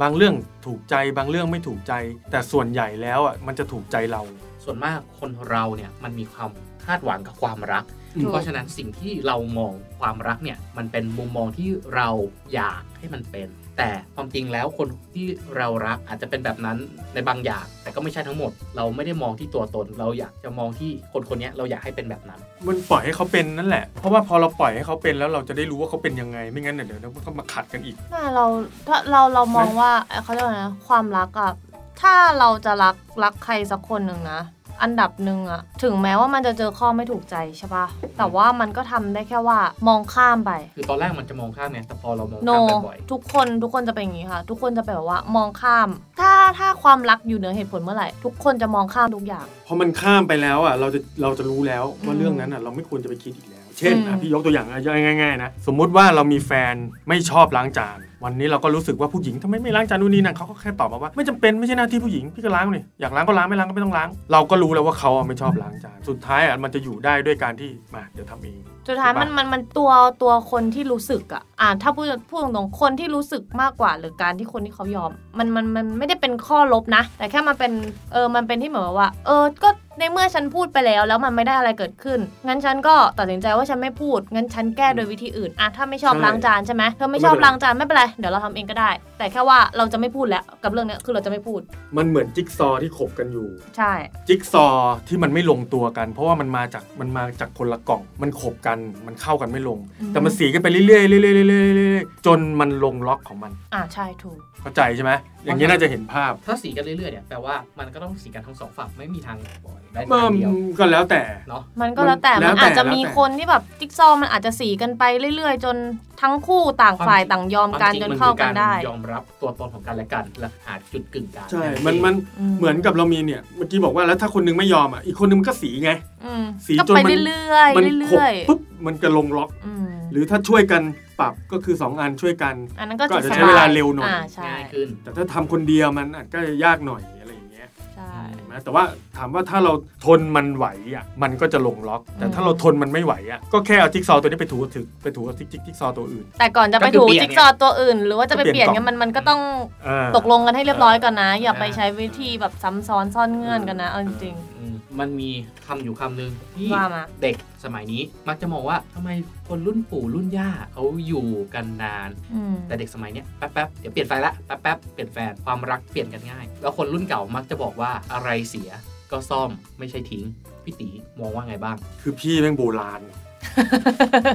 Speaker 2: บางเรื่องถูกใจบางเรื่องไม่ถูกใจ แต่ส่วนใหญ่แล้วอ่ะมันจะถูกใจเรา
Speaker 1: ส่วนมากคนเราเนี่ยมันมีความคาดหวังกับความรัก
Speaker 3: ถูก
Speaker 1: เพราะฉะนั้นสิ่งที่เรามองความรักเนี่ยมันเป็นมุมมองที่เราอยากให้มันเป็น แต่ความจริงแล้วคนที่เรารักอาจจะเป็นแบบนั้นในบางอย่าง แต่ก็ไม่ใช่ทั้งหมด เราไม่ได้มองที่ตัวตน เราอยากจะมองที่คนคนเนี้ยเราอยากให้เป็นแบบนั้น
Speaker 2: มันปล่อยให้เขาเป็นนั่นแหละ เพราะว่าพอเราปล่อยให้เขาเป็นแล้วเราจะได้รู้ว่าเขาเป็นยังไง ไม่งั้นเนี่ยเดี๋ยวมันก็มาขัดกันอีก
Speaker 3: น่าเราถ้าเราเรามองว่าเอ่อเขาเรียกว่าไงนะความรักอะถ้าเราจะรักรักใครสักคนหนึ่งนะ อันดับหนึ่งอะถึงแม้ว่ามันจะเจอข้อไม่ถูกใจใช่ปะแต่ว่ามันก็ทำได้แค่ว่ามองข้ามไป
Speaker 1: คือตอนแรกมันจะมองข้ามไงแต่พอเรามอง
Speaker 3: โน
Speaker 1: ข้ามบ่อย
Speaker 3: ทุกคนทุกคนจะเป็นอย่างนี้ค่ะ ทุกคนจะแบบว่ามองข้าม ถ้าถ้าความรักอยู่เหนือเหตุผลเมื่อไหร่ ทุกคนจะมองข้ามทุกอย่าง
Speaker 2: พอมันข้ามไปแล้วอ่ะเราจะเราจะรู้แล้วว่า
Speaker 3: อืม
Speaker 2: เรื่องนั้นอ่ะเราไม่ควรจะไปคิดอีกแล้ว เช่นอ่ะ
Speaker 3: อืม
Speaker 2: พี่ยกตัวอย่างง่ายๆนะสมมุติว่าเรามีแฟนไม่ชอบล้างจาน วันนี้เราก็รู้สึกว่าผู้หญิงทำไมไม่ล้างจานนู่นนี่นั่นเขาก็แค่ตอบมาว่า ไม่จำเป็นไม่ใช่หน้าที่ผู้หญิงพี่ก็ล้างเลยอยากล้างก็ล้างไม่ล้างก็ไม่ต้องล้าง เราก็รู้แล้วว่าเขาอ่ะไม่ชอบล้างจานสุดท้ายอ่ะมันจะอยู่ได้ด้วยการที่มาเดี๋ยวทำเอง
Speaker 3: สุดท้าย
Speaker 2: ถูกปะ
Speaker 3: มันมันมันตัวตัวคนที่รู้สึกอะอ่าถ้าพูดพูดตรงๆคนที่รู้สึกมากกว่า หรือการที่คนที่เขายอม มันมันมันไม่ได้เป็นข้อลบนะ แต่แค่มันเป็นเออมันเป็นที่เหมือนว่า เออก็ในเมื่อฉันพูดไปแล้ว แล้วมันไม่ได้อะไรเกิดขึ้น งั้นฉันก็ตัดสินใจว่าฉันไม่พูด งั้นฉันแก้โดยวิธีอื่นอ่ะถ้าไม่ชอบ
Speaker 2: ใช่
Speaker 3: ล้างจานใช่ไหมเธอไม่
Speaker 2: ไม่
Speaker 3: ชอบ
Speaker 2: เป็นไร
Speaker 3: ล้างจานไม่เป็นไรเดี๋ยวเราทำเองก็ได้ แต่แค่ว่าเราจะไม่พูดแล้วกับเรื่องเนี้ยคือเราจะไม่พูด
Speaker 2: มันเหมือนจิ๊กซอว์ที่ขบกันอยู่
Speaker 3: ใช่
Speaker 2: จิ๊กซอว์ที่มันไม่ลงตัวกัน เพราะว่ามันมาจากมันมาจากคนละกล่อง มันขบกันมันเข้ากันไม่ลง
Speaker 3: อืม
Speaker 2: แต่มันสีกันไปเรื่อยๆเรื่อยๆเรื่อยๆเรื่อยๆจนมันลงล็อกของมัน
Speaker 3: อ่าใช่ถูก
Speaker 2: เข้าใจใช่ไหมอย่างนี้น่าจะเห็นภาพ
Speaker 1: ๆถ้าสีกันเรื่อยๆเนี่ยแปลว่ามันก็ต้องสีกันทั้งสองฝั่งไม่มีทางบ่อยได้
Speaker 2: เอิ่
Speaker 1: ทาม งเดียว
Speaker 2: ก็แล้วแต่
Speaker 1: เนาะ
Speaker 3: มันก็แล้วแต่
Speaker 2: มันแล้ว
Speaker 3: มั
Speaker 2: น แต่
Speaker 3: อาจจะ
Speaker 2: แล้ว
Speaker 3: มี
Speaker 2: แต่
Speaker 3: คนที่แบบจิ๊กซอว์มันอาจจะสีกันไปเรื่อยๆ จนทั้งคู่ต่างฝ่าย
Speaker 1: ความจริง
Speaker 3: ต่างยอมกันจนเข้ากันได้
Speaker 1: ยอมรับตัวตนของกันและกันและหาจุดกึ่งกลาง
Speaker 2: ใช่ มันมันเหมือนกับเรามีเนี่ยเมื่อกี้บอกว่าแล้วถ้าคนนึงไม่ยอมอ่ะอีกคนนึงมันก็สีไง
Speaker 3: อืม
Speaker 2: สี
Speaker 3: ก็
Speaker 2: จน
Speaker 3: ไป
Speaker 2: มัน
Speaker 3: เรื่อย
Speaker 2: มัข
Speaker 3: ๆ
Speaker 2: บ
Speaker 3: เรื่อย
Speaker 2: ปุ๊บมันก็ลงล็อก
Speaker 3: ๆอืม
Speaker 2: หรือถ้าช่วยกันปรับก็คือสองอันช่วยกัน
Speaker 3: อันนั้นก็
Speaker 2: ก็อาจจะ
Speaker 3: สบย
Speaker 2: ใช้เวลาเร็วหน่อย
Speaker 3: อ่าใช่
Speaker 1: ง่ายขึ้น
Speaker 2: แต่ถ้าทำคนเดียวมันอาจก็ยากหน่อยอะไรอย่างเงี้ย
Speaker 3: ใช่
Speaker 2: เห็นไหมแต่ว่าถามว่าถ้าเราทนมันไหวอ่ะมันก็จะลงล็อก แต่
Speaker 3: อืม
Speaker 2: ถ้าเราทนมันไม่ไหวอ่ะก็แค่เอาจิ๊กซอว์ตัวนี้ไปถูถึกไปถูกับจิ๊กจิ๊กจิ๊กซอว์ตัวอื่น
Speaker 3: แต่ก่อนจะไป
Speaker 1: ก็คือ
Speaker 3: ถู
Speaker 1: เปลี่ยน
Speaker 3: จิ๊กซอว์ตัวอื่น หรือว่าจะไป
Speaker 2: ก็เป
Speaker 3: เป
Speaker 2: ลี่
Speaker 3: ลี่
Speaker 2: ย
Speaker 3: ย
Speaker 2: นก
Speaker 3: น
Speaker 2: ล่อง
Speaker 3: กันมันมันก็ต้อง
Speaker 2: อ่า
Speaker 3: ตกลงกันให้เรียบร้อยก่อนนะ อย่า
Speaker 1: อ่า
Speaker 3: ไปใช้วิธีแบบซ้ำซ้อนซ่อนเงื่อนกันนะเอาจริง
Speaker 1: อืมมันมีคำอยู่คำหนึงที่
Speaker 3: ว่ามา
Speaker 1: เด็กสมัยนี้มักจะมองว่าทำไมคนรุ่นปู่รุ่นย่าเขาอยู่กันนาน
Speaker 3: ๆอืม
Speaker 1: แต่เด็กสมัยเนี้ยแป๊บๆ เดี๋ยวเปลี่ยนแฟนละแป๊บๆ เปลี่ยนแฟนความรักเปลี่ยนกันง่าย แล้วคนรุ่นเก่ามักจะบอกว่าอะไรเสียก็ซ่อมไม่ใช่ทิ้ง พี่ตีมองว่าไงบ้าง
Speaker 2: คือพี่แม่งโบราณ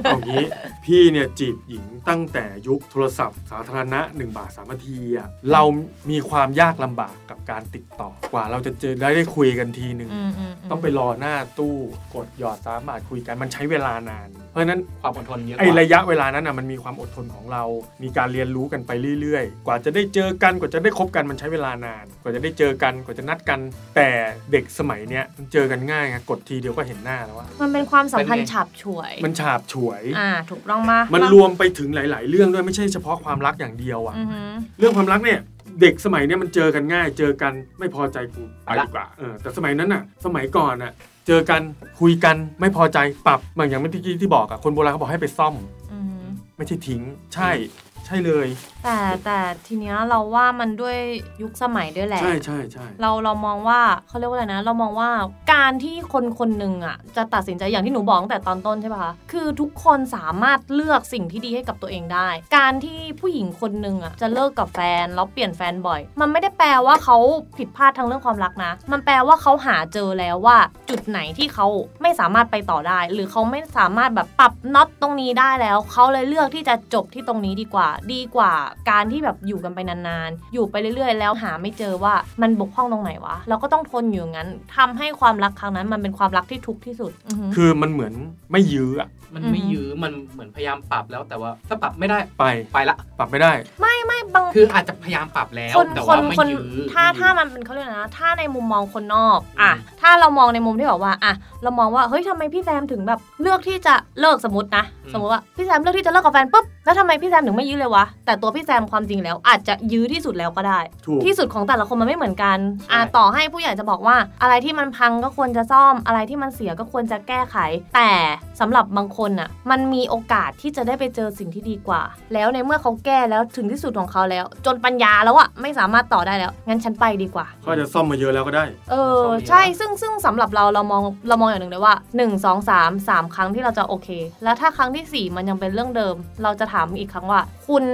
Speaker 2: เอางี้
Speaker 3: [laughs]
Speaker 2: พี่เนี่ยจีบหญิงตั้งแต่ยุคโทรศัพท์ สาธารณะ 1 บาทสามนาทีอ่ะเรามีความยากลำบากกับการติดต่อกว่า เราจะเจอได้ได้คุยกันทีหนึ่ง
Speaker 3: อืมๆๆ
Speaker 2: ต้องไปรอหน้าตู้กดหยอดสามบาทคุยกันมันใช้เวลานาน เพราะฉะนั้น
Speaker 1: ความอดทนเยอะก
Speaker 2: ไอ
Speaker 1: ว่า
Speaker 2: ระยะเวลานั้นนะมันมีความอดทนของเรา มีการเรียนรู้กันไปเรื่อยๆ กว่าจะได้เจอกัน กว่าจะได้คบกันมันใช้เวลานาน กว่าจะได้เจอกัน กว่าจะนัดกัน แต่เด็กสมัยเนี้ยมันเจอกันง่ายไงกดทีเดียวก็เห็นหน้าแล้วว่า
Speaker 3: มันเป็นความสัมพันธ์ฉับฉวย
Speaker 2: มันฉาบฉวย
Speaker 3: อ่าถูกต้องมาก
Speaker 2: มันรวมไปถึงหลาย ๆ เรื่องด้วยไม่ใช่เฉพาะความรักอย่างเดียวอะ
Speaker 3: อือหือ
Speaker 2: เรื่องความรักเนี่ยเด็กสมัยเนี้ยมันเจอกันง่าย เจอกันไม่พอใจกูไปดีกว่าเออแต่สมัยนั้นน่ะ สมัยก่อนน่ะเจอกันคุยกันไม่พอใจปรับบางอย่างเมื่อกี้ที่บอกอะคนโบราณเขาบอกให้ไปซ่อม
Speaker 3: อืม
Speaker 2: ไม่ใช่ทิ้ง ใช่ ใช่เลย
Speaker 3: แต่แต่ทีเนี้ยเราว่ามันด้วยยุคสมัยด้วยแหละ
Speaker 2: ใช่ใช่ใช่
Speaker 3: เราเรามองว่าเขาเรียกว่าอะไรนะ เรามองว่าการที่คนคนหนึ่งอ่ะจะตัดสินใจอย่างที่หนูบอกตั้งแต่ตอนต้นใช่ปะคะคือทุกคนสามารถเลือกสิ่งที่ดีให้กับตัวเองได้ การที่ผู้หญิงคนหนึ่งอ่ะจะเลิกกับแฟนแล้วเปลี่ยนแฟนบ่อย มันไม่ได้แปลว่าเขาผิดพลาดทางเรื่องความรักนะ มันแปลว่าเขาหาเจอแล้วว่า จุดไหนที่เขาไม่สามารถไปต่อได้ หรือเขาไม่สามารถแบบปรับน็อตตรงนี้ได้แล้ว เขาเลยเลือกที่จะจบที่ตรงนี้ดีกว่า ดีกว่าการที่แบบอยู่กันไปนานๆ อยู่ไปเรื่อยๆ แล้วหาไม่เจอว่ามันบกพร่องตรงไหนวะ เราก็ต้องทนอยู่อย่างนั้นทำให้ความรักครั้งนั้นมันเป็นความรักที่ทุกข์ที่สุดอือหือ
Speaker 2: คือมันเหมือนไม่ยื้ออะ
Speaker 1: มันไม่
Speaker 3: อือหือ
Speaker 1: ยื้อมันเหมือนพยายามปรับแล้วแต่ว่าถ้าปรับไม่ได้
Speaker 2: ไป
Speaker 1: ไปละ
Speaker 2: ปรับไม่ได้
Speaker 3: ไม่บาง
Speaker 1: คืออาจจะพยายามปรับแล้ว
Speaker 3: คน
Speaker 1: แต่
Speaker 3: ค
Speaker 1: ว่าน ไม่
Speaker 3: คน
Speaker 1: ยื้อ
Speaker 3: ถ้า
Speaker 1: ไม่ยื้อ
Speaker 3: ถ้ามันเป็นเขาเรียกอะไรนะ ถ้าในมุมมองคนนอกอ่ะ
Speaker 1: อืม
Speaker 3: ถ้าเรามองในมุมที่แบบว่าอ่ะเรามองว่าเฮ้ยทำไมพี่แซมถึงแบบเลือกที่จะเลิกสมมตินะสมมติว่าพี่แซมเลือกที่จะเลิกกับแฟนปุ๊บแล้วทำไมพี่แซมถึงไม่ยื้อเลยวะแต่ตัวพี่แซมความจริงแล้ว อาจจะยื้อที่สุดแล้วก็ได้
Speaker 2: ถูก
Speaker 3: ที่สุดของแต่ละคนมันไม่เหมือนกัน
Speaker 1: ใช่
Speaker 3: อ่ะต่อให้ผู้ใหญ่จะบอกว่า อะไรที่มันพังก็ควรจะซ่อม อะไรที่มันเสียก็ควรจะแก้ไข แต่สำหรับบางคนน่ะ มันมีโอกาสที่จะได้ไปเจอสิ่งที่ดีกว่า แล้วในเมื่อเขาแก้แล้วถึงที่สุดของเขาแล้ว จนปัญญาแล้วอะไม่สามารถต่อได้แล้ว งั้นฉันไปดีกว่า
Speaker 2: ก็จะซ่อมมาเยอะแล้วก็ได้
Speaker 3: เอ
Speaker 1: มันซ่อม
Speaker 3: อ
Speaker 1: ไม่ได้
Speaker 3: ใช่ซึ่งซึ่งสำหรับเราเรามองเรามองอย่างหนึ่งเลยว่า 1 2 3 3 ครั้งที่เราจะโอเค แล้วถ้าครั้งทีสี่4 มันยังเป็นเรื่องเดิม เราจะถามอีกครั้งว่า คุณ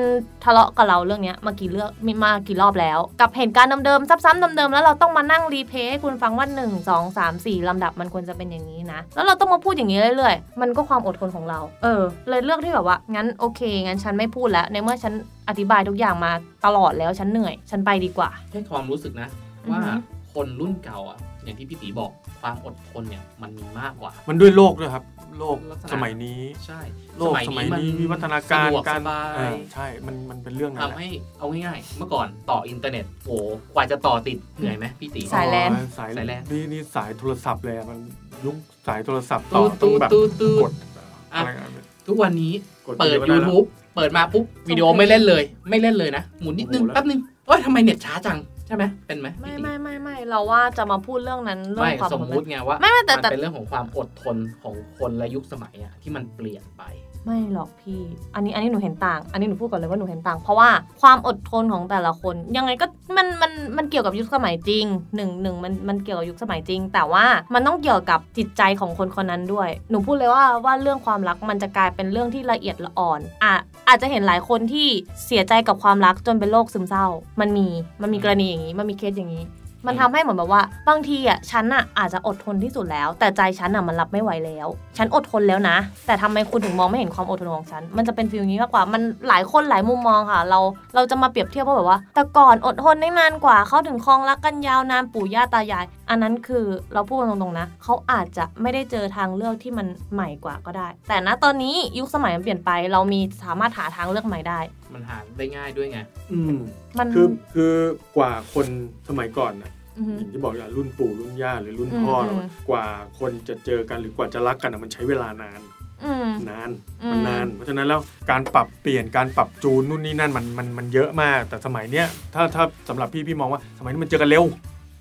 Speaker 3: ทะเลาะกับเราเรื่องเนี้ยมากี่เรื่องมีมากี่รอบแล้ว กับเหตุการณ์เดิมๆซ้ำๆเดิมๆแล้วเราต้องมานั่งรีเพลย์ให้คุณฟังว่า 1 2 3 4ลำดับมันควรจะเป็นอย่างนี้นะ แล้วเราต้องมาพูดอย่างนี้เรื่อยๆ มันก็ความอดทนของเรา เออ เลยเลือกที่แบบว่างั้นโอเคงั้นฉันไม่พูดแล้วในเมื่อฉันอธิบายทุกอย่างมาตลอดแล้วฉันเหนื่อย ฉันไปดีกว่า
Speaker 1: ให้ความรู้สึกนะ ว่า
Speaker 3: อือหือ
Speaker 1: คนรุ่นเก่าอ่ะ อย่างที่พี่ตีบอกความอดทนเนี่ยมันมีมากกว่า
Speaker 2: มันด้วยโลกด้วยครับ โลก
Speaker 1: ลักษณะ
Speaker 2: สมัยนี้
Speaker 1: ใช่
Speaker 2: โลกสมัยนี้วิวัฒนา
Speaker 1: สะ
Speaker 2: การ
Speaker 1: ดวก
Speaker 2: กา
Speaker 1: ส
Speaker 2: ร
Speaker 1: บาย
Speaker 2: เออใช่ มันมันเป็นเรื่องนั้นแห
Speaker 1: ทำ
Speaker 2: ละ
Speaker 1: ให้เอาง่ายๆ เมื่อก่อนต่ออินเทอร์เน็ตโอ้กว่าจะต่อติดเหนื่อยไหมพี่ตี
Speaker 3: สายแลน
Speaker 2: สาย
Speaker 1: สายแลน
Speaker 2: นี่นี่สายโทรศัพท์เลยอะมันยุคสายโทรศัพท์ต่อ
Speaker 1: ตู้
Speaker 2: ต้อง
Speaker 1: ตู้
Speaker 2: แบบ
Speaker 1: ตู้ตู้
Speaker 2: กด
Speaker 1: อ่ะ
Speaker 2: อะไรอะ
Speaker 1: ทุกวันนี้
Speaker 2: กด
Speaker 1: เปิด
Speaker 2: วิดีโอไไแล้ว
Speaker 1: YouTube เปิดมาปุ๊บวิดีโอไม่เล่นเลย ไม่เล่นเลยนะ หมุนนิดนึง
Speaker 2: โอ้โหแล้ว
Speaker 1: แป๊บนึงเอ้ยทำไมเน็ตช้าจัง ใช่ไหมเป็นไหม
Speaker 3: ไม่
Speaker 1: พี่ตี
Speaker 3: ไม่ไม่ไม่เราว่าจะมาพูดเรื่องนั้นเรื่อ
Speaker 1: ไม่
Speaker 3: งความ
Speaker 1: สมมุติไงว่า
Speaker 3: ไม่ไม่แต่
Speaker 1: มัน
Speaker 3: แต่
Speaker 1: เป็นเรื่องของความอดทนของคนและยุคสมัยอะที่มันเปลี่ยนไป
Speaker 3: ไม่หรอกพี่ อันนี้อันนี้หนูเห็นต่าง อันนี้หนูพูดก่อนเลยว่าหนูเห็นต่าง เพราะว่าความอดทนของแต่ละคน ยังไงก็มันมันมันเกี่ยวกับยุคสมัยจริงหนึ่งหนึ่งมันมันเกี่ยวกับยุคสมัยจริง แต่ว่ามันต้องเกี่ยวกับจิตใจของคนคนนั้นด้วย หนูพูดเลยว่าว่าเรื่องความรักมันจะกลายเป็นเรื่องที่ละเอียดละอ่อนอ่ะอาจจะเห็นหลายคนที่เสียใจกับความรักจนเป็นโรคซึมเศร้า มันมีมันมีกรณีอย่างนี้มันมีเคสอย่างนี้ มันทำให้เหมือนแบบว่าบางทีอ่ะฉันอ่ะอาจจะอดทนที่สุดแล้ว แต่ใจฉันอ่ะมันรับไม่ไหวแล้ว ฉันอดทนแล้วนะ แต่ทำไมคุณถึงมองไม่เห็นความอดทนของฉัน มันจะเป็นฟีลนี้มากกว่ามันหลายคนหลายมุมมองค่ะ เราเราจะมาเปรียบเทียบว่าแบบว่า แต่ก่อนอดทนได้นานกว่าเขาถึงคลองรักกันยาวนานปู่ย่าตายาย อันนั้นคือเราพูดกันตรงๆนะเขาอาจจะไม่ได้เจอทางเลือกที่มันใหม่กว่าก็ได้ แต่ณตอนนี้ยุคสมัยมันเปลี่ยนไปเรามีสามารถหาทางเลือกใหม่ได้
Speaker 1: มันหาได้ง่ายด้วยไง
Speaker 2: อืม
Speaker 3: มัน
Speaker 2: คือคือกว่าคนสมัยก่อนน่ะ
Speaker 3: อือฮึ
Speaker 2: อย่างที่บอกอย่างรุ่นปู่รุ่นย่าหรือรุ่นพ่อ
Speaker 3: อืม
Speaker 2: เราอะกว่าคนจะเจอกันหรือกว่าจะรักกันอะมันใช้เวลานาน
Speaker 3: อืม
Speaker 2: นาน
Speaker 3: อืม
Speaker 2: มันนาน เพราะฉะนั้นแล้วการปรับเปลี่ยนการปรับจูนนู่นนี่นั่นมันมันมันเยอะมาก แต่สมัยเนี้ยถ้าถ้าสำหรับพี่พี่มองว่าสมัยนี้มันเจอกันเร็ว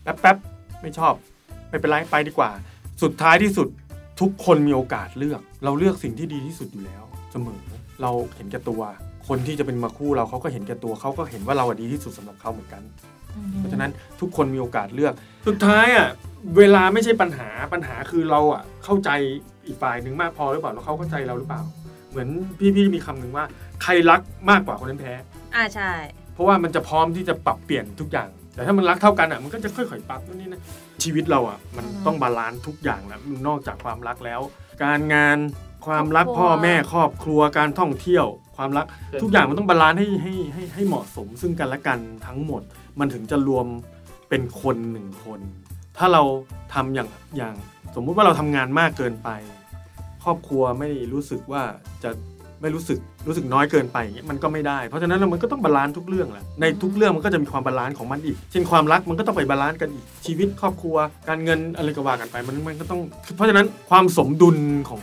Speaker 2: แป๊บแป๊บไม่ชอบ ไม่เป็นไรไปดีกว่า สุดท้ายที่สุดทุกคนมีโอกาสเลือก เราเลือกสิ่งที่ดีที่สุดอยู่แล้วเสมอเราเห็นแก่ตัว คนที่จะเป็นมาคู่เราเขาก็เห็นแก่ตัวเขาก็เห็นว่าเราอะดีที่สุดสำหรับเขาเหมือนกัน เพราะฉะนั้นทุกคนมีโอกาสเลือก สุดท้ายอ่ะเวลาไม่ใช่ปัญหาปัญหาคือเราอ่ะเข้าใจอีกฝ่ายหนึ่งมากพอหรือเปล่าแล้วเขาเข้าใจเราหรือเปล่า เหมือนพี่พี่มีคำหนึ่งว่าใครรักมากกว่าคนนั้นแพ้
Speaker 3: อ่าใช่
Speaker 2: เพราะว่ามันจะพร้อมที่จะปรับเปลี่ยนทุกอย่าง แต่ถ้ามันรักเท่ากันอ่ะมันก็จะค่อยๆปรับนู่นนี่นะชีวิตเราอ่ะมัน
Speaker 3: อืม
Speaker 2: ต้องบาลานซ์ทุกอย่างแล้วนอกจากความรักแล้ว การงานความรัก
Speaker 3: ครอบครัว
Speaker 2: พ่อแม่ครอบครัวการท่องเที่ยว ความรัก
Speaker 1: เพื่อน
Speaker 2: ทุกอย่างมันต้องบาลานซ์ให้ให้ให้ให้เหมาะสมซึ่งกันและกันทั้งหมด มันถึงจะรวมเป็นคนหนึ่งคน ถ้าเราทำอย่างอย่างสมมุติว่าเราทำงานมากเกินไป ครอบครัวไม่รู้สึกว่าจะไม่รู้สึกรู้สึกน้อยเกินไปอย่างเงี้ยมันก็ไม่ได้ เพราะฉะนั้นแล้วมันก็ต้องบาลานซ์ทุกเรื่องแหละในทุกเรื่องมันก็จะมีความบาลานซ์ของมันอีก เช่นความรักมันก็ต้องไปบาลานซ์กันอีกชีวิตครอบครัว การเงินอะไรก็ว่ากันไปมันมันก็ต้อง เพราะฉะนั้นความสมดุลของ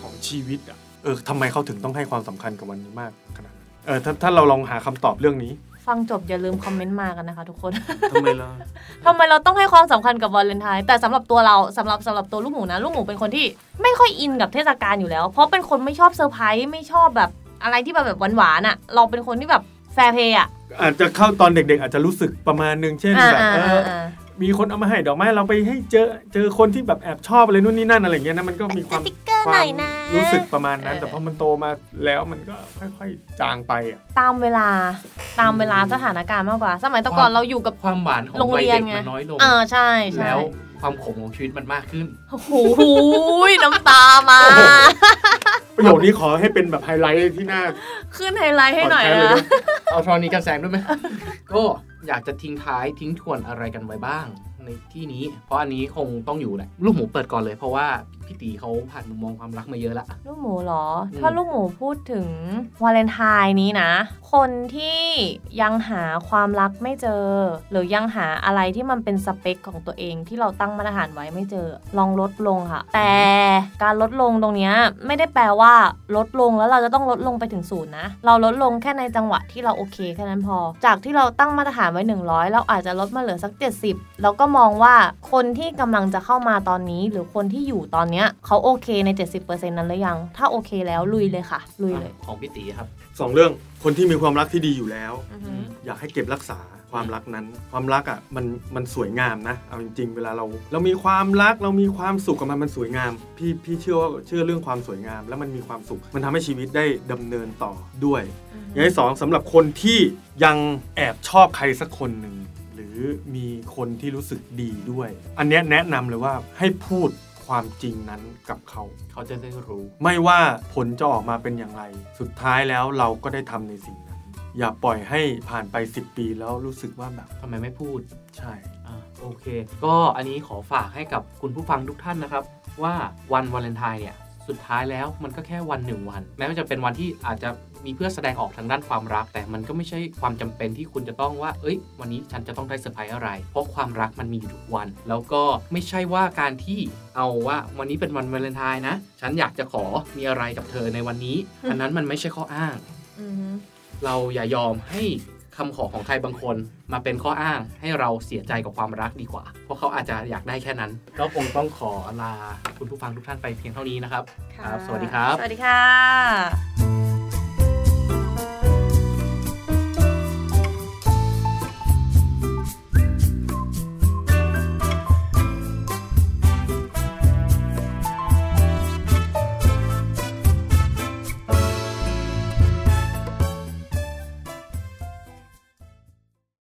Speaker 2: ของชีวิตอ่ะเออทำไมเขาถึงต้องให้ความสำคัญกับวันนี้มากขนาดนั้นเออถ้าถ้าเราลองหาคำตอบเรื่องนี้
Speaker 3: ฟังจบอย่าลืมคอมเมนต์มากันนะคะทุกคน [laughs]
Speaker 2: ทำไมล่ะ
Speaker 3: ทำไมเราต้องให้ความสำคัญกับวาเลนไทน์แต่สำหรับตัวเราสำหรับสำหรับตัวลูกหมูนะ ลูกหมูเป็นคนที่ไม่ค่อยอินกับเทศกาลอยู่แล้ว เพราะเป็นคนไม่ชอบเซอร์ไพรส์ไม่ชอบแบบอะไรที่แบบแบบหวานๆอ่ะ เราเป็นคนที่แบบแฟร์เพย์อ่ะ
Speaker 2: อาจจะเข้าตอนเด็กๆ อาจจะรู้สึกประมาณนึงเช่น
Speaker 3: อ่า
Speaker 2: แบบ
Speaker 3: อ่า
Speaker 2: เอ
Speaker 3: อ่า
Speaker 2: อ
Speaker 3: อ่า
Speaker 2: มีคนเอามาให้ดอกไม้เราไปให้เจอเจอคนที่แบบแอบชอบอะไรนู่นนี่นั่นอะไรอย่างเงี้ยนะมันก็มีความ
Speaker 3: ติ๊กเกอร์
Speaker 2: ค
Speaker 3: ห
Speaker 2: วา
Speaker 3: น่
Speaker 2: ม
Speaker 3: อยนะ
Speaker 2: รู้สึกประมาณนั้น
Speaker 3: เออ
Speaker 2: แต่พอมันโตมาแล้วมันก็ค่อยๆ จางไปอ่ะ
Speaker 3: ตามเวลาตามเวลาสถานการณ์มากกว่า สมัยแต่ก่อนเราอยู่กับ
Speaker 1: ความหวานของ
Speaker 3: โรง
Speaker 1: วัย
Speaker 3: เรีย
Speaker 1: เด็
Speaker 3: น
Speaker 1: ก
Speaker 3: ไง
Speaker 1: มันน้อยลง
Speaker 3: เออใช่ใช่
Speaker 1: แล้วความขมของชีวิตมันมาก
Speaker 3: [laughs]
Speaker 1: ขึ้น
Speaker 3: โอ้โหน้ำตามา
Speaker 2: โอ้โห ประโยคนี้ขอให้เป็นแบบไฮไลท์ที่หน้า
Speaker 3: ขึ้นไฮไลท์ให้หน่อย
Speaker 2: พดแคสต์เล
Speaker 3: นะ
Speaker 2: นะ
Speaker 1: เอาทรนี้กับแซมด้วยไหม [laughs] ก็อยากจะทิ้งท้ายทิ้งทวนอะไรกันไว้บ้าง ในที่นี้ เพราะอันนี้คงต้องอยู่แหละลูกหมูเปิดก่อนเลย เพราะว่าพี่ตีเขาผ่านมุมมองความรักมาเยอะละ
Speaker 3: ลูกหมูเหรอ
Speaker 1: อืม
Speaker 3: ถ้าลูกหมูพูดถึงวาเลนไทน์นี้นะ คนที่ยังหาความรักไม่เจอ หรือยังหาอะไรที่มันเป็นสเปคของตัวเองที่เราตั้งมาตรฐานไว้ไม่เจอ ลองลดลงค่ะ แต่การลดลงตรงเนี้ยไม่ได้แปลว่าลดลงแล้วเราจะต้องลดลงไปถึงศูนย์นะ เราลดลงแค่ในจังหวะที่เราโอเคแค่นั้นพอ จากที่เราตั้งมาตรฐานไว้ 100 เราอาจจะลดมาเหลือสัก 70 แล้วก็มองว่าคนที่กำลังจะเข้ามาตอนนี้ หรือคนที่อยู่ตอนเนี้ยเขาโอเคใน 70%นั้นหรือยัง ถ้าโอเคแล้วลุยเลยค่ะ ลุยเลย
Speaker 1: ของพี่ตีครับ
Speaker 2: สองเรื่องคนที่มีความรักที่ดีอยู่แล้ว อยากให้เก็บรักษาความรักนั้น ความรักอ่ะมันมันสวยงามนะเอาจริง ๆ เวลาเรา เรามีความรักเรามีความสุขกับมันมันสวยงาม พี่พี่เชื่อว่าเชื่อเรื่องความสวยงาม แล้วมันมีความสุข มันทำให้ชีวิตได้ดำเนินต่อด้วย อย่างที่สองสำหรับคนที่ยังแอบชอบใครสักคนหนึ่งหรือมีคนที่รู้สึกดีด้วย อันเนี้ยแนะนำเลยว่าให้พูดความจริงนั้นกับเขา
Speaker 1: เขาจะได้รู้
Speaker 2: ไม่ว่าผลจะออกมาเป็นอย่างไร สุดท้ายแล้วเราก็ได้ทำในสิ่งนั้น อย่าปล่อยให้ผ่านไป 10 ปีแล้วรู้สึกว่าแบบ
Speaker 1: ทำไมไม่พูด
Speaker 2: ใช่
Speaker 1: อ่ะ โอเค ก็อันนี้ขอฝากให้กับคุณผู้ฟังทุกท่านนะครับ ว่าวันวาเลนไทน์เนี่ย สุดท้ายแล้วมันก็แค่วันหนึ่งวัน แม้ว่าจะเป็นวันที่อาจจะมีเพื่อแสดงออกทางด้านความรัก แต่มันก็ไม่ใช่ความจำเป็นที่คุณจะต้องว่า เอ้ย วันนี้ฉันจะต้องได้เซอร์ไพรส์อะไร เพราะความรักมันมีอยู่ทุกวัน แล้วก็ไม่ใช่ว่าการที่เอาว่าวันนี้เป็นวันวาเลนไทน์นะ ฉันอยากจะขอมีอะไรกับเธอในวันนี้ อันนั้นมันไม่ใช่ข้ออ้าง
Speaker 3: อือฮึ
Speaker 1: เราอย่ายอมให้คำขอของใครบางคนมาเป็นข้ออ้าง ให้เราเสียใจกับความรักดีกว่า เพราะเขาอาจจะอยากได้แค่นั้น ก็คงต้องขอลาคุณผู้ฟังทุกท่านไปเพียงเท่านี้นะครับ
Speaker 3: ะ
Speaker 1: ครับสวัสดีครับ
Speaker 3: สวัสดีค่ะ